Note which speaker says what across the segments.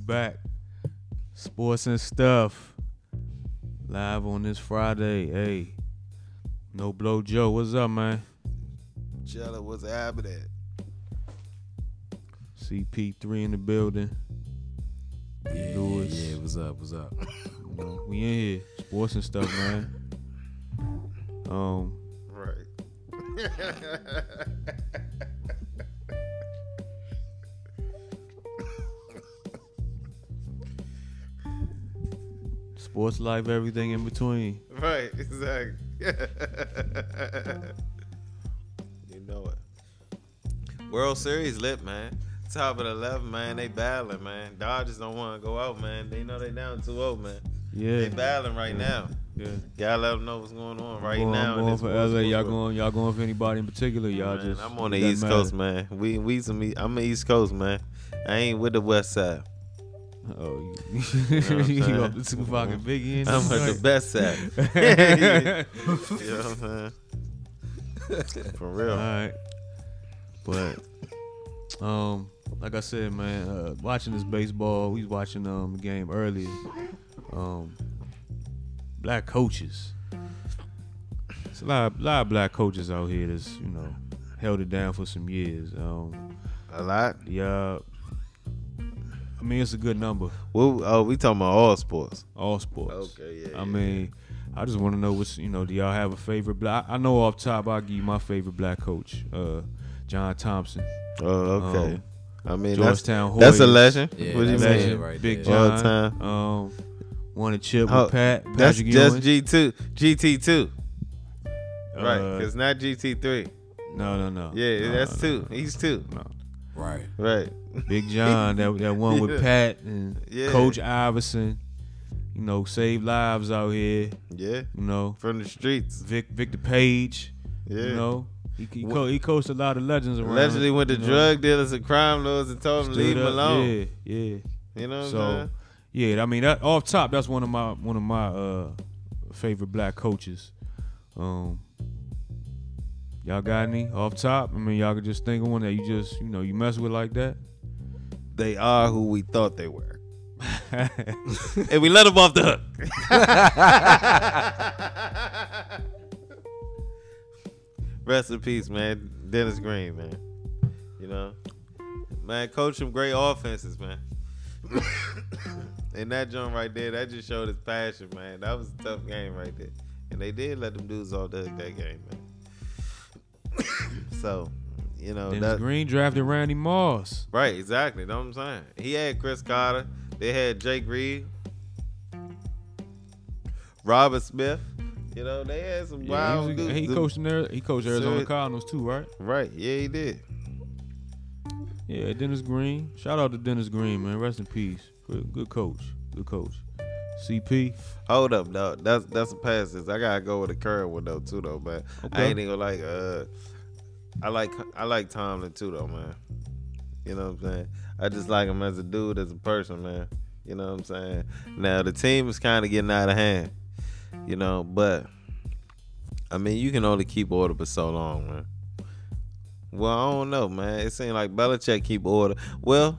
Speaker 1: back. Sports and stuff. Live on this Friday. Hey. No blow Joe. What's up, man?
Speaker 2: Jella, what's happening?
Speaker 1: CP3 in the building.
Speaker 3: Yeah,
Speaker 1: Lewis.
Speaker 3: yeah, yeah. What's up? What's up?
Speaker 1: You know, we in here. Sports and stuff, man. Um,
Speaker 2: Right.
Speaker 1: sports life, everything in between.
Speaker 2: Right, exactly. you know it. World Series lit, man. Top of the left, man. They battling, man. Dodgers don't want to go out, man. They know they down 2-0, man. They
Speaker 1: Yeah.
Speaker 2: battling right now.
Speaker 1: yeah.
Speaker 2: Y'all let them know what's going on right
Speaker 1: Well,
Speaker 2: now.
Speaker 1: I'm
Speaker 2: in
Speaker 1: going
Speaker 2: this
Speaker 1: for
Speaker 2: world
Speaker 1: LA. Y'all
Speaker 2: sports.
Speaker 1: going? Y'all going for anybody in particular? Y'all
Speaker 2: Man,
Speaker 1: just.
Speaker 2: I'm on the
Speaker 1: it doesn't
Speaker 2: East
Speaker 1: matter.
Speaker 2: Coast, man. We we some. E- I'm the East Coast, man. I ain't with the West Side.
Speaker 1: Oh, you,
Speaker 2: what I'm
Speaker 1: you
Speaker 2: saying?
Speaker 1: up to Tupac and Biggie? and
Speaker 2: I'm
Speaker 1: shit?
Speaker 2: with the best side.
Speaker 1: All
Speaker 2: You know what I'm saying? For real.
Speaker 1: right, but um, like I said, man, uh, watching this baseball, we was watching um the game earlier. Um, black coaches. It's a lot, of, lot of black coaches out here that's you know held it down for some years. Um,
Speaker 2: A lot.
Speaker 1: yeah, I mean it's a good number.
Speaker 2: Well, oh, we talking about all sports.
Speaker 1: All sports.
Speaker 2: Okay, yeah,
Speaker 1: I
Speaker 2: yeah,
Speaker 1: mean, I just want to know what's you know. Do y'all have a favorite black? I know off top, I'll give you my favorite black coach, uh, John Thompson.
Speaker 2: Oh, okay.
Speaker 1: Um,
Speaker 2: I mean, that's,
Speaker 1: Georgetown Hoyas.
Speaker 2: that's a legend.
Speaker 3: Yeah,
Speaker 2: what do you
Speaker 3: that's
Speaker 2: mean?
Speaker 3: it
Speaker 1: Legend,
Speaker 3: right
Speaker 1: Big
Speaker 2: there. All
Speaker 1: John.
Speaker 2: time.
Speaker 1: Um, won a chip
Speaker 2: Oh,
Speaker 1: with Pat.
Speaker 2: That's
Speaker 1: Patrick
Speaker 2: just
Speaker 1: Ewing.
Speaker 2: G two, GT two, right?
Speaker 1: Uh,
Speaker 2: Cause not GT three.
Speaker 1: no, no, no.
Speaker 2: Yeah,
Speaker 1: No,
Speaker 2: that's
Speaker 1: no,
Speaker 2: two. He's two,
Speaker 1: No.
Speaker 3: Right.
Speaker 2: right?
Speaker 1: Big John, that that one with
Speaker 2: Yeah.
Speaker 1: Pat and
Speaker 2: Yeah.
Speaker 1: Coach Iverson. You know, saved lives out here.
Speaker 2: Yeah,
Speaker 1: You know,
Speaker 2: from the streets.
Speaker 1: Vic Victor Page.
Speaker 2: Yeah.
Speaker 1: You know, he he, co- he coached a lot of legends around.
Speaker 2: Allegedly went to
Speaker 1: you know.
Speaker 2: drug dealers and crime lords and told them to
Speaker 1: Straight
Speaker 2: leave them
Speaker 1: up,
Speaker 2: alone.
Speaker 1: Yeah, yeah.
Speaker 2: You know what I'm
Speaker 1: So,
Speaker 2: saying?
Speaker 1: yeah, I mean, that, off top, that's one of my one of my uh favorite black coaches. Um, y'all got any off top? I mean, y'all could just think of one that you just you know you mess with like that.
Speaker 2: They are who we thought they were. and we let them off the hook. Rest in peace, man. Dennis Green, man. You know, man, coach some great offenses, man. and that joint right there, that just showed his passion, man. That was a tough game right there, and they did let them dudes off the hook that game, man. so, you know,
Speaker 1: Dennis
Speaker 2: that,
Speaker 1: Green drafted Randy Moss.
Speaker 2: Right, exactly. Know what I'm saying? He had Chris Carter. They had Jake Reed, Robert Smith. You know, they had some
Speaker 1: Yeah, he,
Speaker 2: wild
Speaker 1: was-
Speaker 2: dudes.
Speaker 1: he
Speaker 2: The-
Speaker 1: coached in there. He coached Arizona
Speaker 2: Sir-
Speaker 1: Cardinals too, right?
Speaker 2: Right, yeah, he did.
Speaker 1: Yeah, Dennis Green. Shout out to Dennis Green, man. Rest in peace. Good, good coach. Good coach. CP.
Speaker 2: Hold up, dog. That's that's a pass. This I gotta go with the current one though, too, though, man. I
Speaker 1: Okay.
Speaker 2: ain't even gonna like. Uh, I like I like Tomlin too, though, man. You know what I'm saying? I just like him as a dude, as a person, man. You know what I'm saying? Now the team is kind of getting out of hand, you know. But I mean, you can only keep order for so long, man. Well, I don't know, man. It seems like Belichick keep order. Well,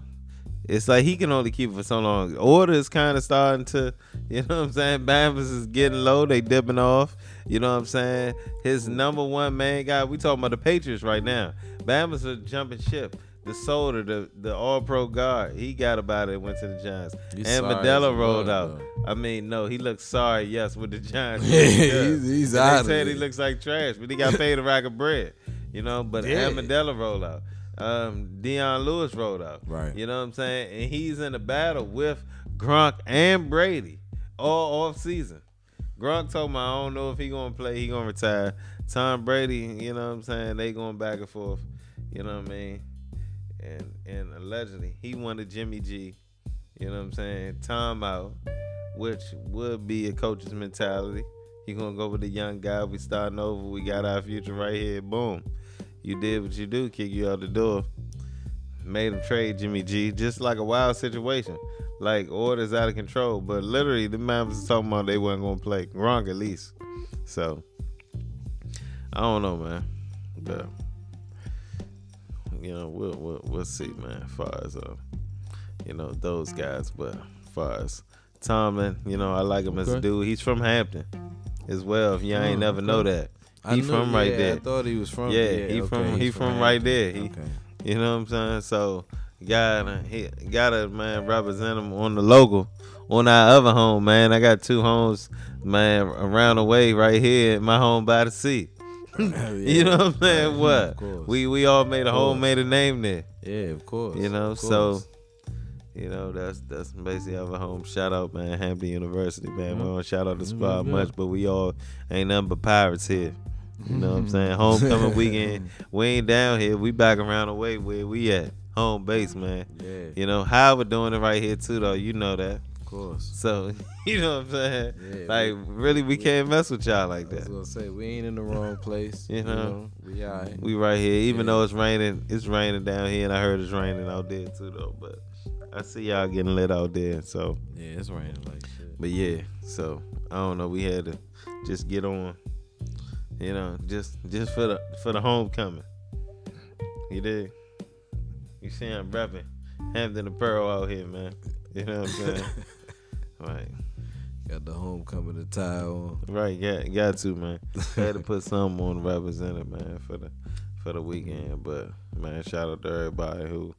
Speaker 2: it's like he can only keep it for so long. Order is kind of starting to, you know what I'm saying? Balance is getting low. They dipping off. You know what I'm saying? His number one man guy. We talking about the Patriots right now. Bama's a jumping ship. The soldier, the the All Pro guard, he got about it. Went to the Giants.
Speaker 3: He's
Speaker 2: and
Speaker 3: sorry as
Speaker 2: Medella
Speaker 3: a
Speaker 2: rolled
Speaker 3: bug,
Speaker 2: out. I mean, no, he looked sorry. Yes, with the Giants.
Speaker 3: Yeah, he's- he's
Speaker 2: And
Speaker 3: outta
Speaker 2: They said he
Speaker 3: here.
Speaker 2: looks like trash, but he got paid a rack of bread. You know, but
Speaker 3: Yeah.
Speaker 2: Amandela rolled out. Um, Deion Lewis rolled out.
Speaker 3: Right.
Speaker 2: You know what I'm saying? And he's in a battle with Gronk and Brady all off season. Gronk told me I don't know if he gonna play, he gonna retire. Tom Brady, you know what I'm saying? They going back and forth. You know what I mean? And and allegedly he wanted Jimmy G. You know what I'm saying? Time out, which would be a coach's mentality. You're gonna go with the young guy. We starting over. We got our future right here. Boom. You did what you do. Kick you out the door. Made him trade Jimmy G. Just like a wild situation. Like orders out of control. But literally, the man was talking about they weren't gonna play. Wrong at least. So I don't know, man. But you know, we'll we'll, we'll see, man. As far as uh, you know those guys. But as far as Tomlin, you know I like him as a
Speaker 3: Okay.
Speaker 2: dude. He's from Hampton as well. If y'all ain't
Speaker 3: Oh,
Speaker 2: never know that,
Speaker 3: I
Speaker 2: he
Speaker 3: knew-
Speaker 2: from right
Speaker 3: yeah,
Speaker 2: there.
Speaker 3: I thought he was from.
Speaker 2: Yeah, he from-
Speaker 3: okay,
Speaker 2: he
Speaker 3: he's
Speaker 2: from right there. He-
Speaker 3: Hampton.
Speaker 2: You know what I'm saying? So gotta he gotta man represent him on the logo on our other home, man. I got two homes, man, around the way right here in my home by the sea.
Speaker 3: Okay.
Speaker 2: You know what I'm saying?
Speaker 3: Yeah,
Speaker 2: What?
Speaker 3: Of course.
Speaker 2: we we all made a
Speaker 3: Of
Speaker 2: home
Speaker 3: course.
Speaker 2: made a name there.
Speaker 3: Yeah, of course.
Speaker 2: You know,
Speaker 3: of
Speaker 2: so
Speaker 3: course.
Speaker 2: you know, that's that's basically our home. Shout out, man, Hampton University, man. We
Speaker 3: Mhm.
Speaker 2: don't shout out the
Speaker 3: Yeah,
Speaker 2: squad
Speaker 3: yeah.
Speaker 2: much, but we all ain't nothing but pirates here. You know what I'm saying?
Speaker 3: Mm-hmm.
Speaker 2: Homecoming weekend, we ain't down here. We back around the way where we at. Home base, man.
Speaker 3: Yeah,
Speaker 2: You know, Howard doing it right here too though. You know that.
Speaker 3: of course.
Speaker 2: So you know what I'm saying?
Speaker 3: Yeah,
Speaker 2: like really we can't mess with y'all like
Speaker 3: I was
Speaker 2: that.
Speaker 3: gonna say we ain't in the wrong place.
Speaker 2: You know?
Speaker 3: we alright.
Speaker 2: We right here. Even
Speaker 3: Yeah.
Speaker 2: though it's raining, it's raining down here and I heard it's raining out there too though. But I see y'all getting lit out there. So
Speaker 3: Yeah, it's raining like shit.
Speaker 2: But yeah, so I don't know. We had to just get on, you know, just just for the for the homecoming. You did. You see, I'm repping Hampton the Pearl out here, man. You know what I'm saying? right,
Speaker 3: Got the homecoming attire on.
Speaker 2: right. Got got to man. Had to put something on to represent it, man, for the for the weekend. But man, shout out to everybody who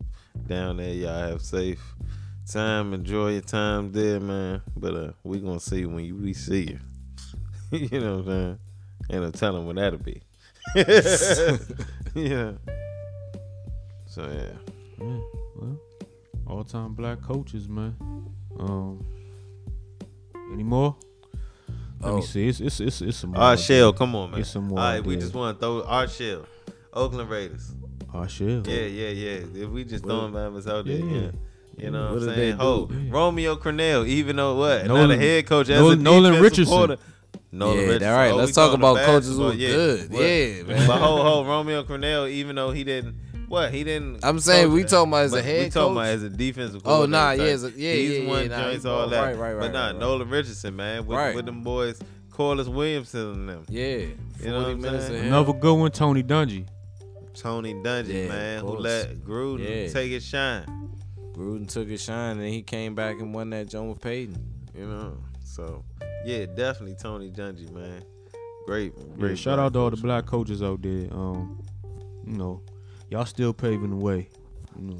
Speaker 2: down there. Y'all have safe time. Enjoy your time there, man. But uh, we gonna see when you, we see you. you know what I'm saying? And I'm telling when that'll be. yeah. So yeah.
Speaker 1: Yeah, well, all time black coaches, man. Um, any more? Let
Speaker 3: Oh.
Speaker 1: me see. It's it's it's, it's some. more
Speaker 2: Art
Speaker 1: out
Speaker 2: Shell, come on, man.
Speaker 1: Get some
Speaker 2: All
Speaker 1: more
Speaker 2: right, we
Speaker 1: ideas.
Speaker 2: just want to throw Art Shell, Oakland Raiders.
Speaker 1: there. Art Shell.
Speaker 2: Yeah, yeah, yeah. If we just throwing numbers out there,
Speaker 1: Yeah.
Speaker 2: yeah. You know what, I'm
Speaker 3: What did they
Speaker 2: saying? Oh,
Speaker 1: do? Yeah.
Speaker 2: Romeo Cornell, even though what? not a
Speaker 1: Nolan-
Speaker 2: head coach as
Speaker 1: Nolan-
Speaker 2: a
Speaker 1: Nolan
Speaker 2: defensive
Speaker 1: Richardson.
Speaker 2: quarter- Nolan
Speaker 3: yeah,
Speaker 2: Richardson.
Speaker 3: all right.
Speaker 2: Oh, we
Speaker 3: let's talk
Speaker 2: talking
Speaker 3: about coaches who
Speaker 2: basketball,
Speaker 3: are good.
Speaker 2: What?
Speaker 3: Yeah, man.
Speaker 2: But ho, ho, Romeo Cornell, even though he didn't, what he didn't.
Speaker 3: I'm saying
Speaker 2: coach
Speaker 3: we
Speaker 2: that.
Speaker 3: talking about as a
Speaker 2: But
Speaker 3: head
Speaker 2: We talking
Speaker 3: coach?
Speaker 2: about as a defensive.
Speaker 3: Oh, nah,
Speaker 2: coordinator
Speaker 3: yeah,
Speaker 2: type.
Speaker 3: as a- yeah,
Speaker 2: He's
Speaker 3: yeah, yeah,
Speaker 2: one
Speaker 3: nah, he
Speaker 2: joints all
Speaker 3: ball-
Speaker 2: that.
Speaker 3: right, right,
Speaker 2: But
Speaker 3: right,
Speaker 2: nah,
Speaker 3: right, right.
Speaker 2: Nolan Richardson, man, with,
Speaker 3: Right.
Speaker 2: with them boys, Corliss Williamson and them.
Speaker 3: Yeah, 40
Speaker 2: You know what I'm
Speaker 3: minutes
Speaker 2: saying?
Speaker 3: of him.
Speaker 1: Another good one, Tony Dungy.
Speaker 2: Tony Dungy,
Speaker 3: Yeah,
Speaker 2: man,
Speaker 3: of
Speaker 2: who
Speaker 3: course.
Speaker 2: let Gruden
Speaker 3: Yeah.
Speaker 2: take his shine.
Speaker 3: Gruden took his shine, and he came back and won that joint with Peyton.
Speaker 2: You know, so yeah, definitely Tony Dungy, man. Great, great.
Speaker 1: Yeah, shout
Speaker 2: black
Speaker 1: out to all the
Speaker 2: coach.
Speaker 1: black coaches out there. Um, you know, y'all still paving the way. You know,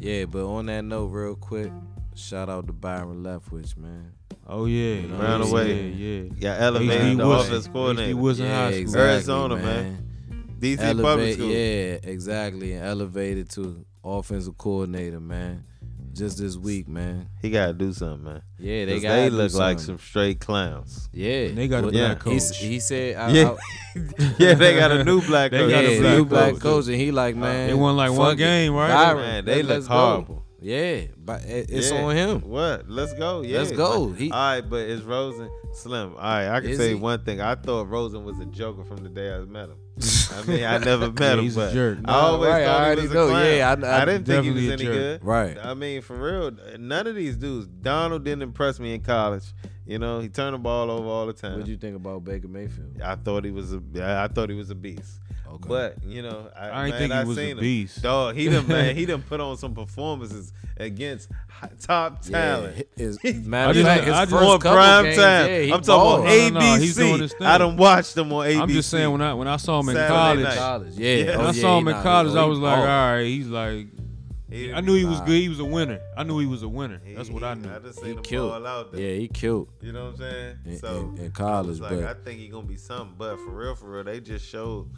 Speaker 3: Yeah, but on that note, real quick, shout out to Byron Leftwich, man.
Speaker 1: oh yeah,
Speaker 2: Round
Speaker 1: yeah,
Speaker 2: away.
Speaker 1: Yeah, yeah.
Speaker 2: Got elevated the
Speaker 1: Wilson.
Speaker 2: offense
Speaker 1: He
Speaker 2: coordinator.
Speaker 1: was in high school.
Speaker 2: exactly. Arizona, DC Public
Speaker 3: Elevate,
Speaker 2: School.
Speaker 3: yeah, exactly, and elevated to offensive coordinator, man. Just this week, man.
Speaker 2: He gotta do something, man.
Speaker 3: Yeah,
Speaker 2: 'Cause
Speaker 3: they
Speaker 2: They,
Speaker 3: got.
Speaker 2: look like some straight clowns.
Speaker 3: Yeah,
Speaker 1: And they got a
Speaker 3: Well,
Speaker 1: black
Speaker 3: he s-
Speaker 1: coach.
Speaker 3: He said, I,
Speaker 2: Yeah.
Speaker 3: yeah,
Speaker 2: yeah, they got a new black
Speaker 1: They
Speaker 2: coach.
Speaker 1: got a
Speaker 3: yeah,
Speaker 1: black
Speaker 3: new black
Speaker 1: coach.
Speaker 3: coach. and he like, man,
Speaker 1: Uh, They won like one
Speaker 3: fuck it.
Speaker 1: game, right?
Speaker 3: Byron,
Speaker 2: Man, they
Speaker 3: let-
Speaker 2: look
Speaker 3: let's go.
Speaker 2: horrible.
Speaker 3: Yeah, but it- it's
Speaker 2: Yeah.
Speaker 3: on him.
Speaker 2: What? Let's go. Yeah.
Speaker 3: Let's go.
Speaker 2: But,
Speaker 3: He-
Speaker 2: all right, but is Rosen slim? All right, I can
Speaker 3: Is
Speaker 2: say
Speaker 3: he?
Speaker 2: one thing. I thought Rosen was a joker from the day I met him. I mean, I never met him,
Speaker 1: he's a
Speaker 2: but
Speaker 1: jerk.
Speaker 2: I always
Speaker 3: Right, I
Speaker 2: thought he
Speaker 3: already
Speaker 2: was a
Speaker 3: know.
Speaker 2: clown.
Speaker 3: Yeah, I- I-
Speaker 2: didn't think he was
Speaker 1: Definitely a
Speaker 2: any
Speaker 1: jerk.
Speaker 2: good.
Speaker 3: Right.
Speaker 2: I mean, for real, none of these dudes. Donald didn't impress me in college. You know, he turned the ball over all the time.
Speaker 3: What you think about Baker Mayfield?
Speaker 2: I thought he was a. I thought he was a beast.
Speaker 3: Okay.
Speaker 2: But you know, I,
Speaker 1: I ain't
Speaker 2: man,
Speaker 1: think he
Speaker 2: I
Speaker 1: was a
Speaker 2: seen him.
Speaker 1: beast.
Speaker 2: Dog, he done man, he done put on some performances against hi- top talent.
Speaker 3: Yeah, it's, matter
Speaker 1: I
Speaker 3: of
Speaker 1: just-
Speaker 3: fact, his
Speaker 1: I
Speaker 3: first
Speaker 1: just-
Speaker 2: on
Speaker 3: couple
Speaker 2: prime
Speaker 3: games,
Speaker 2: time.
Speaker 3: yeah, he
Speaker 2: I'm talking about
Speaker 3: balled.
Speaker 1: No, no, no, he's
Speaker 2: ABC.
Speaker 1: doing his thing.
Speaker 2: I done watched him on ABC.
Speaker 1: I'm just saying when I when I saw him in
Speaker 2: Saturday
Speaker 1: college,
Speaker 2: night.
Speaker 3: college. Yeah,
Speaker 2: Yeah.
Speaker 1: when
Speaker 3: oh,
Speaker 1: I
Speaker 3: yeah,
Speaker 1: saw him
Speaker 3: he
Speaker 1: in
Speaker 3: not- Oh,
Speaker 1: college, I
Speaker 3: he
Speaker 1: was like, all
Speaker 3: balled.
Speaker 1: right, he's like.
Speaker 2: He-
Speaker 1: I knew he was
Speaker 3: Nah.
Speaker 1: good. He was a winner. I knew he was a winner. That's what I
Speaker 2: he-
Speaker 1: knew.
Speaker 2: I just
Speaker 3: he
Speaker 2: seen him
Speaker 3: killed.
Speaker 2: ball out there.
Speaker 3: Yeah, he killed
Speaker 2: You know what I'm saying?
Speaker 3: in,
Speaker 2: so
Speaker 3: in, in
Speaker 2: I
Speaker 3: college,
Speaker 2: was like, I
Speaker 3: but
Speaker 2: think he gonna be something. But for real, for real, they just showed.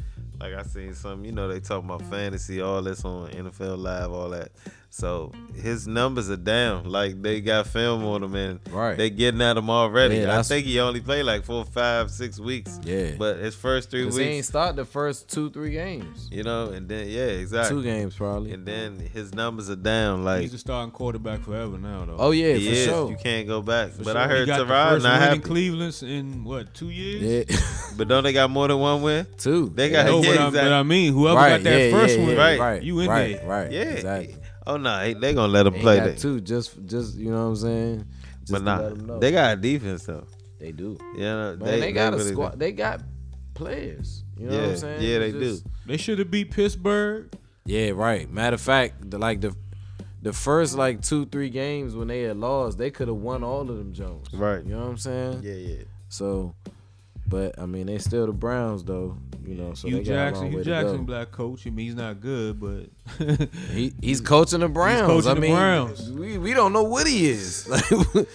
Speaker 2: Like I seen some, you know, they talking about fantasy, all this on NFL Live, all that. So his numbers are down. Like they got film on him and
Speaker 3: Right.
Speaker 2: they getting at him already.
Speaker 3: Yeah,
Speaker 2: I
Speaker 3: that's-
Speaker 2: think he only played like four, five, six weeks.
Speaker 3: Yeah.
Speaker 2: But his first three
Speaker 3: 'cause he ain't
Speaker 2: weeks,
Speaker 3: start the first two, three games.
Speaker 2: you know, and then yeah, exactly.
Speaker 3: Two games probably.
Speaker 2: And then his numbers are down. Like
Speaker 1: He's the starting quarterback forever now, though.
Speaker 3: Oh yeah,
Speaker 2: he
Speaker 3: for
Speaker 2: is.
Speaker 3: sure.
Speaker 2: You can't go back.
Speaker 1: For
Speaker 2: but
Speaker 1: sure.
Speaker 2: I heard
Speaker 1: he got the
Speaker 2: Tyrod
Speaker 1: first
Speaker 2: not
Speaker 1: win
Speaker 2: happy.
Speaker 1: in Cleveland in what two years?
Speaker 3: Yeah,
Speaker 2: But don't they got more than one win?
Speaker 3: two.
Speaker 2: They
Speaker 1: You
Speaker 2: got
Speaker 1: know
Speaker 2: yeah,
Speaker 1: what, I,
Speaker 2: exactly.
Speaker 1: what I mean? Whoever
Speaker 3: right,
Speaker 1: got that
Speaker 3: yeah,
Speaker 1: first
Speaker 3: yeah,
Speaker 1: one,
Speaker 3: yeah,
Speaker 2: Right.
Speaker 3: right,
Speaker 1: you in
Speaker 3: right,
Speaker 1: there.
Speaker 3: right,
Speaker 2: Yeah.
Speaker 3: exactly.
Speaker 2: Oh no, they, they gonna let him
Speaker 3: They
Speaker 2: play
Speaker 3: got
Speaker 2: that.
Speaker 3: two, just, just you know what I'm saying. Just
Speaker 2: but
Speaker 3: to
Speaker 2: nah,
Speaker 3: let 'em know.
Speaker 2: they got a defense though.
Speaker 3: they do.
Speaker 2: Yeah,
Speaker 3: Man, they, got a
Speaker 2: really do.
Speaker 3: squad. They got players. You know what
Speaker 2: Yeah,
Speaker 3: I'm saying?
Speaker 2: yeah,
Speaker 3: It's
Speaker 2: they do.
Speaker 3: just-
Speaker 1: They should have beat Pittsburgh.
Speaker 3: Yeah, right. Matter of fact, the, like the the first like two, three games when they had lost, they could have won all of them Jones.
Speaker 2: Right.
Speaker 3: You know what I'm saying?
Speaker 2: Yeah, yeah.
Speaker 3: So, but I mean, they still the Browns though. You know, so
Speaker 1: Hugh
Speaker 3: they got a
Speaker 1: Jackson,
Speaker 3: long
Speaker 1: Hugh
Speaker 3: way
Speaker 1: Jackson,
Speaker 3: to go.
Speaker 1: black coach. I mean, he's not good, but
Speaker 3: He he's coaching the Browns. I
Speaker 1: coaching the
Speaker 3: mean,
Speaker 1: Browns.
Speaker 3: we we don't know what he is. Like,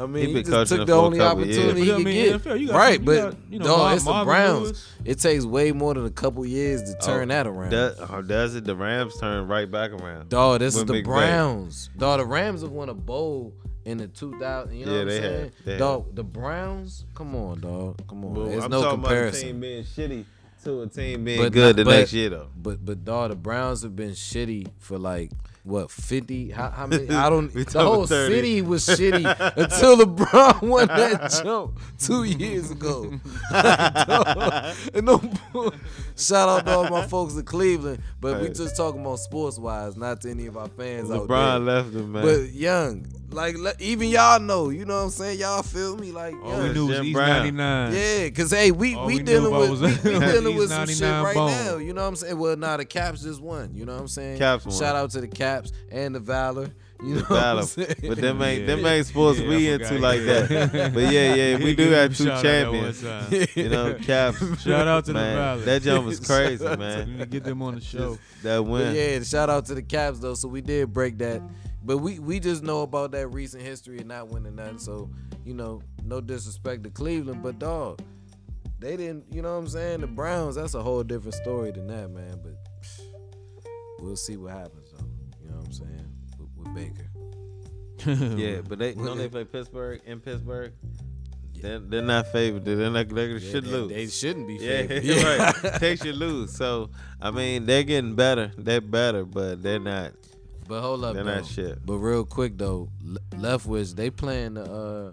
Speaker 3: I mean,
Speaker 2: He
Speaker 3: he,
Speaker 2: been
Speaker 3: just
Speaker 2: coaching
Speaker 3: took
Speaker 2: for
Speaker 3: the
Speaker 2: a
Speaker 3: only
Speaker 2: couple years.
Speaker 3: opportunity
Speaker 1: But, I
Speaker 3: he could
Speaker 1: mean,
Speaker 3: get.
Speaker 1: NFL, you got-
Speaker 3: right,
Speaker 1: you
Speaker 3: but
Speaker 1: got, you know,
Speaker 3: dog,
Speaker 1: Mar-
Speaker 3: it's the
Speaker 1: Marvin
Speaker 3: Browns.
Speaker 1: Lewis.
Speaker 3: It takes way more than a couple years
Speaker 2: Oh,
Speaker 3: to turn that around.
Speaker 2: Does, or does it? The Rams turn right back around.
Speaker 3: Dog, this
Speaker 2: With
Speaker 3: is the
Speaker 2: McVay.
Speaker 3: Browns. Dog, the Rams have won a bowl in the 2000. You know
Speaker 2: Yeah,
Speaker 3: what I'm
Speaker 2: they have.
Speaker 3: saying?
Speaker 2: They have.
Speaker 3: Dog, the Browns. Come on, dog. Come on.
Speaker 2: Well,
Speaker 3: There's
Speaker 2: I'm
Speaker 3: no
Speaker 2: talking
Speaker 3: comparison.
Speaker 2: about a team being shitty to a team being
Speaker 3: But
Speaker 2: good
Speaker 3: not-
Speaker 2: the
Speaker 3: but-
Speaker 2: next year though.
Speaker 3: But but dog, the Browns have been shitty for like what 50? How, how many? I don't.
Speaker 2: We
Speaker 3: the
Speaker 2: talking
Speaker 3: whole
Speaker 2: 30.
Speaker 3: city was shitty until LeBron won that jump two years ago. Dog, and no, bull- shout out to all my folks in Cleveland. But we
Speaker 2: Hey.
Speaker 3: just talking about sports wise, not to any of our fans out there.
Speaker 2: LeBron left him, man.
Speaker 3: But young, like le- even y'all know, you know what I'm saying? Y'all feel me? Like,
Speaker 1: all we
Speaker 3: young.
Speaker 1: knew was
Speaker 2: Jim
Speaker 1: East
Speaker 2: Brown.
Speaker 1: 99.
Speaker 3: yeah, cause hey, we
Speaker 1: All
Speaker 3: we,
Speaker 1: we knew
Speaker 3: dealing
Speaker 1: about was
Speaker 3: with we, we
Speaker 1: that
Speaker 3: dealing with
Speaker 1: East
Speaker 3: some shit
Speaker 1: 99
Speaker 3: right
Speaker 1: bone.
Speaker 3: now. You know what I'm saying? Well, nah, the Caps just won. You know what I'm saying?
Speaker 2: Caps won.
Speaker 3: Shout out to the Caps and the Valor. You know,
Speaker 2: Dollar.
Speaker 3: What I'm saying?
Speaker 2: But them ain't them
Speaker 1: Yeah.
Speaker 2: ain't sports
Speaker 1: Yeah,
Speaker 2: we
Speaker 1: I
Speaker 2: into
Speaker 1: forgot.
Speaker 2: like
Speaker 1: Yeah.
Speaker 2: that. But yeah, yeah, we
Speaker 1: He
Speaker 2: do
Speaker 1: gave
Speaker 2: have
Speaker 1: him
Speaker 2: two
Speaker 1: shout out that one
Speaker 2: champions.
Speaker 1: time.
Speaker 2: You know, Cap.
Speaker 1: Shout out to the
Speaker 2: man,
Speaker 1: Valley.
Speaker 2: That jump was crazy,
Speaker 3: Shout out
Speaker 1: We need
Speaker 2: man.
Speaker 1: to get them on the show.
Speaker 2: Just That
Speaker 3: But
Speaker 2: win.
Speaker 3: yeah, shout out to the Caps though. So we did break that, but we we just know about that recent history and not winning nothing. So you know, no disrespect to Cleveland, but dog, they didn't. You know what I'm saying? The Browns. That's a whole different story than that, man. But psh, we'll see what happens though. You know what I'm saying? With, with Baker.
Speaker 2: Yeah, but they don't they play Pittsburgh in Pittsburgh. They're, they're not favored. They're not. They
Speaker 3: Yeah,
Speaker 2: should
Speaker 3: they,
Speaker 2: lose.
Speaker 3: They shouldn't be.
Speaker 2: yeah,
Speaker 3: favored.
Speaker 2: right. They should lose. So I mean, they're getting better. They're better, but they're not.
Speaker 3: But hold up,
Speaker 2: They're
Speaker 3: though.
Speaker 2: not shit.
Speaker 3: But real quick though, Le- Leftwich they playing the uh,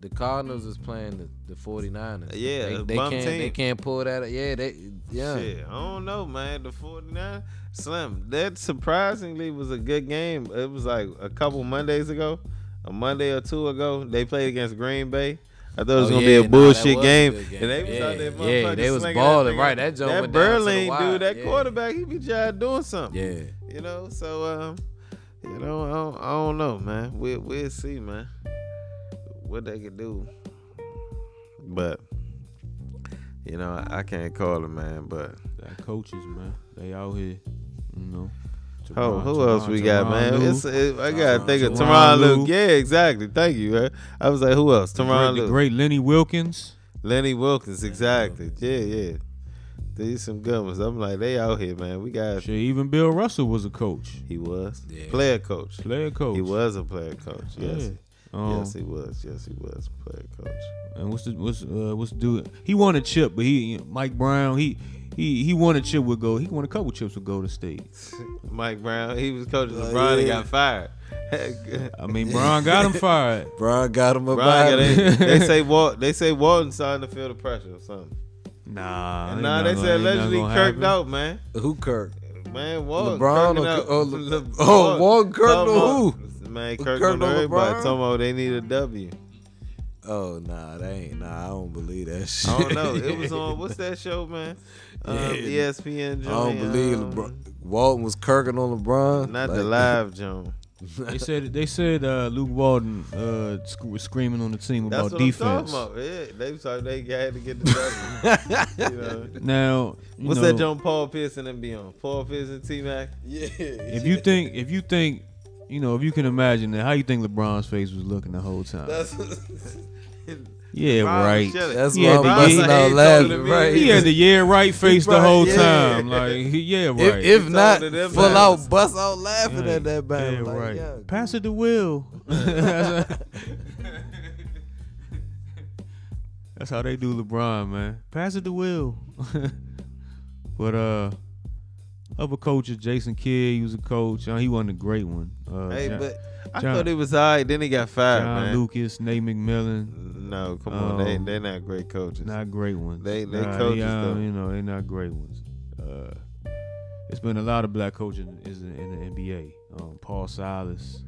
Speaker 3: the Cardinals is playing the, the 49ers.
Speaker 2: Yeah,
Speaker 3: they,
Speaker 2: a
Speaker 3: they
Speaker 2: bum
Speaker 3: can't they
Speaker 2: team.
Speaker 3: can't pull that. Yeah, they yeah.
Speaker 2: Shit, I don't know, man. The 49 Slim, that surprisingly was a good game. It was like a couple Mondays ago, a Monday or two ago. They played against Green Bay. I thought it was
Speaker 3: Oh,
Speaker 2: gonna
Speaker 3: yeah,
Speaker 2: be
Speaker 3: nah,
Speaker 2: a bullshit
Speaker 3: that was a
Speaker 2: game.
Speaker 3: good game.
Speaker 2: and they was out there,
Speaker 3: Yeah, yeah,
Speaker 2: motherfucking
Speaker 3: they was
Speaker 2: slinging
Speaker 3: balling,
Speaker 2: thing
Speaker 3: right,
Speaker 2: out.
Speaker 3: that joint
Speaker 2: That
Speaker 3: went down to the
Speaker 2: Berlin
Speaker 3: wire,
Speaker 2: dude, that
Speaker 3: yeah.
Speaker 2: quarterback, he be trying doing something.
Speaker 3: Yeah,
Speaker 2: You know, so um, you know, I don't, I don't know, man. We we'll see, man, what they can do. But you know, I, I can't call it, man. But
Speaker 1: That coaches, man. They out here, you know.
Speaker 2: Oh,
Speaker 1: Teron-
Speaker 2: who
Speaker 1: Teron-
Speaker 2: else we got,
Speaker 1: Teron
Speaker 2: man?
Speaker 1: Lue,
Speaker 2: It's, it, I gotta
Speaker 3: Teron-
Speaker 2: think of
Speaker 1: Teron
Speaker 2: Teron
Speaker 1: Lue.
Speaker 2: Luke. Yeah, exactly. Thank you. Man. I was like, who else?
Speaker 1: the
Speaker 2: Teron
Speaker 1: great, the
Speaker 2: Luke,
Speaker 1: great Lenny Wilkins.
Speaker 2: Lenny Wilkins. Exactly. Yeah, yeah. These some good ones. I'm like, they out here, man. We got.
Speaker 1: Shit, even Bill Russell was a coach,
Speaker 2: He was
Speaker 3: Yeah.
Speaker 2: player coach.
Speaker 1: player coach.
Speaker 2: He was a player coach. Yes.
Speaker 1: Yeah. Um,
Speaker 2: yes, he was. Yes, he was a player coach.
Speaker 1: And what's the what's uh, what's the dude? He won a chip, but he Mike Brown. He he he won a chip with go. He won a couple chips with Golden State.
Speaker 2: Mike Brown. He was coaching
Speaker 3: Oh,
Speaker 2: LeBron and
Speaker 3: yeah.
Speaker 2: got fired.
Speaker 1: I mean, Brown got him fired.
Speaker 3: Brian got him a
Speaker 2: Brian,
Speaker 3: body.
Speaker 2: they, they say Walt. They say Walton starting to feel the pressure or something.
Speaker 1: Nah,
Speaker 2: And
Speaker 1: ain't not
Speaker 2: nah, they
Speaker 1: gonna-
Speaker 2: said
Speaker 1: ain't not
Speaker 2: allegedly
Speaker 1: gonna
Speaker 2: Kirk
Speaker 1: happen.
Speaker 2: out, man.
Speaker 3: Who Kirk?
Speaker 2: Man, Walt
Speaker 3: LeBron
Speaker 2: Kirk
Speaker 3: or-
Speaker 2: out.
Speaker 3: or Le- oh, Walt Kirk
Speaker 2: Talking
Speaker 3: to
Speaker 2: about- Man, Kirk,
Speaker 3: Kirk
Speaker 2: Kirk
Speaker 3: to
Speaker 2: everybody.
Speaker 3: LeBron?
Speaker 2: Talking about they need a W.
Speaker 3: Oh nah, that ain't nah. I don't believe that shit.
Speaker 2: I don't know. It was on what's that show, man? Um,
Speaker 3: Yeah.
Speaker 2: ESPN.
Speaker 3: I don't
Speaker 2: Johnny,
Speaker 3: believe
Speaker 2: um,
Speaker 3: LeBron. Walton was kirking on LeBron.
Speaker 2: Not the
Speaker 3: Like,
Speaker 2: live Joan.
Speaker 1: They said they said uh, Luke Walton uh, sc- was screaming on the team
Speaker 2: That's
Speaker 1: about
Speaker 2: what
Speaker 1: defense.
Speaker 2: I'm talking about. Yeah, they thought they had to get the W. you know.
Speaker 1: Now, you
Speaker 2: What's
Speaker 1: know,
Speaker 2: that John Paul Pierce and them be on? Paul Pierce and T Mac.
Speaker 3: Yeah.
Speaker 1: If you think if you think you know if you can imagine that, how you think LeBron's face was looking the whole time?
Speaker 2: That's
Speaker 1: Uh, yeah, right.
Speaker 3: That's
Speaker 1: He
Speaker 3: why
Speaker 1: had
Speaker 3: I'm
Speaker 1: the
Speaker 3: busting
Speaker 1: year-
Speaker 3: out
Speaker 2: he
Speaker 3: laughing,
Speaker 2: told him
Speaker 3: right?
Speaker 1: He had the yeah right face the
Speaker 3: probably-
Speaker 1: whole
Speaker 2: yeah.
Speaker 1: time. Like he- yeah,
Speaker 3: If,
Speaker 1: right.
Speaker 3: if
Speaker 2: He
Speaker 3: not,
Speaker 2: told them
Speaker 3: full
Speaker 2: that.
Speaker 3: out bust out laughing
Speaker 1: Yeah,
Speaker 3: at that battle.
Speaker 1: yeah,
Speaker 3: like,
Speaker 1: right.
Speaker 3: yeah.
Speaker 1: Pass it to Will. That's how they do LeBron, man. Pass it to Will. but uh, other coaches, Jason Kidd, he was a coach. Uh, he wasn't a great one. Uh,
Speaker 2: Hey,
Speaker 1: John,
Speaker 2: but I
Speaker 1: John-
Speaker 2: thought he was alright. Then he got fired,
Speaker 1: John
Speaker 2: man.
Speaker 1: Lucas, Nate McMillan,
Speaker 2: No, come on, they
Speaker 1: Um,
Speaker 2: they're not great coaches.
Speaker 1: not great ones.
Speaker 2: They- they
Speaker 1: Nah,
Speaker 2: coaches,
Speaker 1: uh,
Speaker 2: though.
Speaker 1: you know, they not great ones. Uh, it's been a lot of black coaches in, is in the NBA. Um, Paul Silas.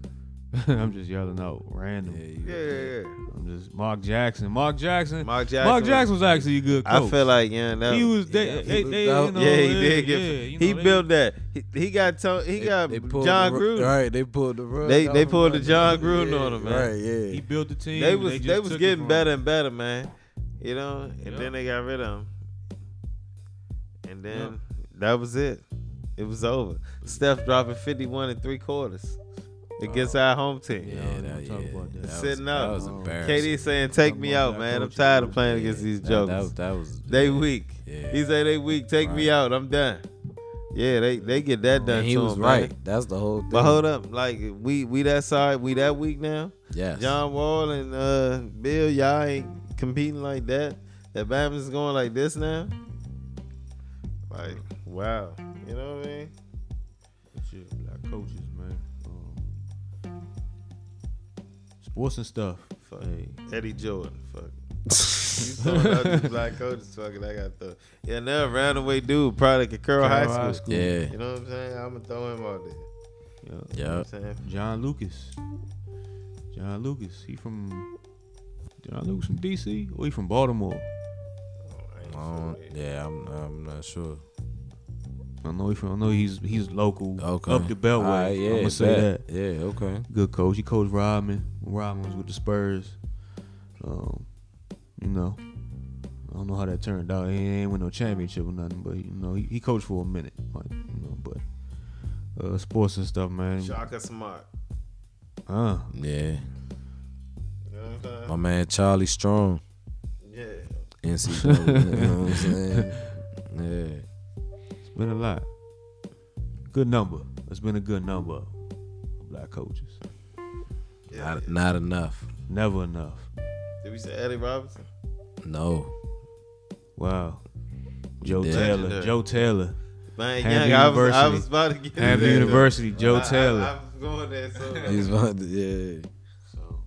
Speaker 1: I'm just yelling out random.
Speaker 3: Yeah, you
Speaker 2: Yeah, yeah,
Speaker 1: I'm just Mark Jackson. Mark Jackson.
Speaker 2: yeah. Mark Jackson.
Speaker 1: Mark Jackson was actually a good coach.
Speaker 2: I feel like yeah, that
Speaker 1: he was. They,
Speaker 3: Yeah, he
Speaker 1: they,
Speaker 3: looked
Speaker 1: they,
Speaker 3: out.
Speaker 1: you know,
Speaker 2: yeah, he
Speaker 1: they-
Speaker 2: did get.
Speaker 1: yeah, you know,
Speaker 2: he
Speaker 1: they-
Speaker 2: built that. He, he got. To, he got
Speaker 3: pulled
Speaker 2: John
Speaker 3: the, ru-
Speaker 2: Gruden.
Speaker 3: Right, they pulled the rug.
Speaker 2: They-
Speaker 3: out
Speaker 2: they
Speaker 3: from
Speaker 2: pulled the
Speaker 3: under
Speaker 2: John
Speaker 3: him.
Speaker 2: Gruden
Speaker 3: Yeah,
Speaker 2: on him, man.
Speaker 3: Right,
Speaker 1: He
Speaker 3: yeah.
Speaker 1: built the team.
Speaker 2: They
Speaker 1: and
Speaker 2: was they,
Speaker 1: just
Speaker 2: was
Speaker 1: took it
Speaker 2: getting
Speaker 1: from
Speaker 2: better
Speaker 1: him.
Speaker 2: and better, man. You know, and
Speaker 1: Yeah.
Speaker 2: then they got rid of him, and then
Speaker 1: Yeah.
Speaker 2: that was it. It was over. Steph dropping fifty-one and three quarters against our home team.
Speaker 1: Yeah,
Speaker 3: Yeah,
Speaker 1: we
Speaker 3: that,
Speaker 1: don't talk
Speaker 3: yeah,
Speaker 1: about that.
Speaker 3: that
Speaker 2: Sitting
Speaker 3: was,
Speaker 2: up.
Speaker 3: That was
Speaker 1: Um,
Speaker 3: embarrassing.
Speaker 2: KD saying, "Take
Speaker 1: Talking
Speaker 2: me
Speaker 1: about
Speaker 2: out,
Speaker 1: that
Speaker 2: man. I'm
Speaker 1: coach,
Speaker 2: tired of
Speaker 1: yeah.
Speaker 2: playing
Speaker 3: Yeah,
Speaker 2: against these
Speaker 3: that-
Speaker 2: jokers.
Speaker 3: That, that was
Speaker 2: they weak.
Speaker 3: Yeah.
Speaker 2: He said they weak. Take me
Speaker 3: Right.
Speaker 2: out. I'm done. Yeah, they they get that done.
Speaker 3: and he
Speaker 2: to
Speaker 3: was
Speaker 2: 'em, man.
Speaker 3: right. That's the whole thing.
Speaker 2: But hold up, like we we that side, we that weak now.
Speaker 3: yes.
Speaker 2: John Wall and uh, Bill, y'all ain't competing like that. That Bama's going like this now. Like, wow. You know what I mean?
Speaker 1: Shit, black coaches, man. Um, sports and stuff.
Speaker 2: Fuck.
Speaker 1: Hey,
Speaker 2: Eddie Jordan, fuck. You throwing out these black coaches, fucking. I got the yeah, another roundaway dude, product of Curl, High,
Speaker 1: Carroll
Speaker 2: School.
Speaker 1: High School.
Speaker 3: Yeah.
Speaker 2: You know what I'm saying? I'ma throw him out there. You
Speaker 1: yeah.
Speaker 2: know what
Speaker 3: Yeah.
Speaker 2: I'm saying?
Speaker 1: John Lucas. John Lucas. He from John Lucas from DC or he from Baltimore?
Speaker 2: Oh, I ain't
Speaker 3: Um,
Speaker 2: sure.
Speaker 3: yeah, I'm, I'm not sure.
Speaker 1: I know he from. I know he's he's local.
Speaker 3: Okay.
Speaker 1: Up the Beltway.
Speaker 3: All right, yeah,
Speaker 1: I'm gonna say that.
Speaker 3: bet. Yeah, okay.
Speaker 1: Good coach. He coached Rodman. when Rodman was with the Spurs. Um, you know, I don't know how that turned out. He ain't win no championship or nothing, but you know, he, he coached for a minute. Like, you know, but uh, sports and stuff, man.
Speaker 2: Shaka Smart.
Speaker 1: Uh,
Speaker 3: Yeah.
Speaker 2: You know what I'm
Speaker 3: My man Charlie Strong,
Speaker 2: saying? Yeah.
Speaker 3: NCAA. you know what I'm saying? Yeah.
Speaker 1: it's been a lot. Good number. It's been a good number. of Black coaches.
Speaker 2: Yeah.
Speaker 3: Not, not enough.
Speaker 1: Never enough.
Speaker 2: Did we say Eddie Robinson?
Speaker 3: No.
Speaker 1: Wow. Joe
Speaker 3: did.
Speaker 1: Taylor.
Speaker 2: Legendary.
Speaker 1: Joe Taylor.
Speaker 2: Man,
Speaker 1: Hampton
Speaker 2: young, I was, I
Speaker 1: University.
Speaker 2: was about to get
Speaker 1: Hampton
Speaker 2: there.
Speaker 1: University. Joe
Speaker 2: I- I-
Speaker 1: Taylor.
Speaker 2: I, was going there so
Speaker 3: He's about to, yeah.
Speaker 1: So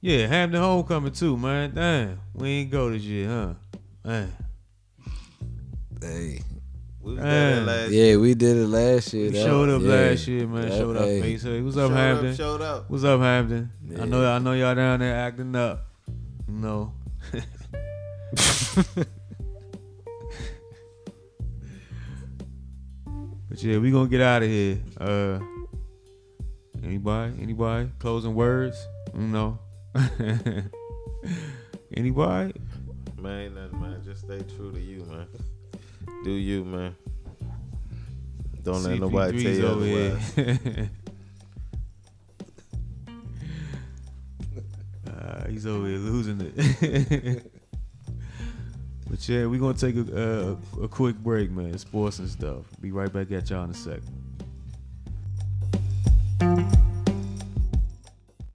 Speaker 1: yeah, Hampton homecoming too, man. Damn, we ain't go this year, huh? Man,
Speaker 3: Hey.
Speaker 2: We was there
Speaker 1: Man.
Speaker 2: last
Speaker 3: Yeah, we did it last year.
Speaker 1: we
Speaker 3: though.
Speaker 1: showed up
Speaker 3: Yeah.
Speaker 1: last year, man.
Speaker 3: Yeah,
Speaker 1: showed up,
Speaker 3: hey.
Speaker 1: face. Hey, what's
Speaker 2: Showed
Speaker 1: up, Hampton?
Speaker 2: up, showed up.
Speaker 1: what's up, Hampton?
Speaker 3: Yeah.
Speaker 1: I know, I know y'all down there acting up. You know, but yeah, we gonna get out of here. Uh, anybody, anybody, closing words? You know, anybody?
Speaker 2: Man, ain't nothing, man. Just stay true to you, man. Do you, man. Don't let nobody tell
Speaker 1: CP3's
Speaker 2: you
Speaker 1: over here.
Speaker 2: otherwise.
Speaker 1: Uh, he's over here losing it. but yeah, we're gonna take a, uh, a quick break, man. Sports and stuff. Be right back at y'all in a second.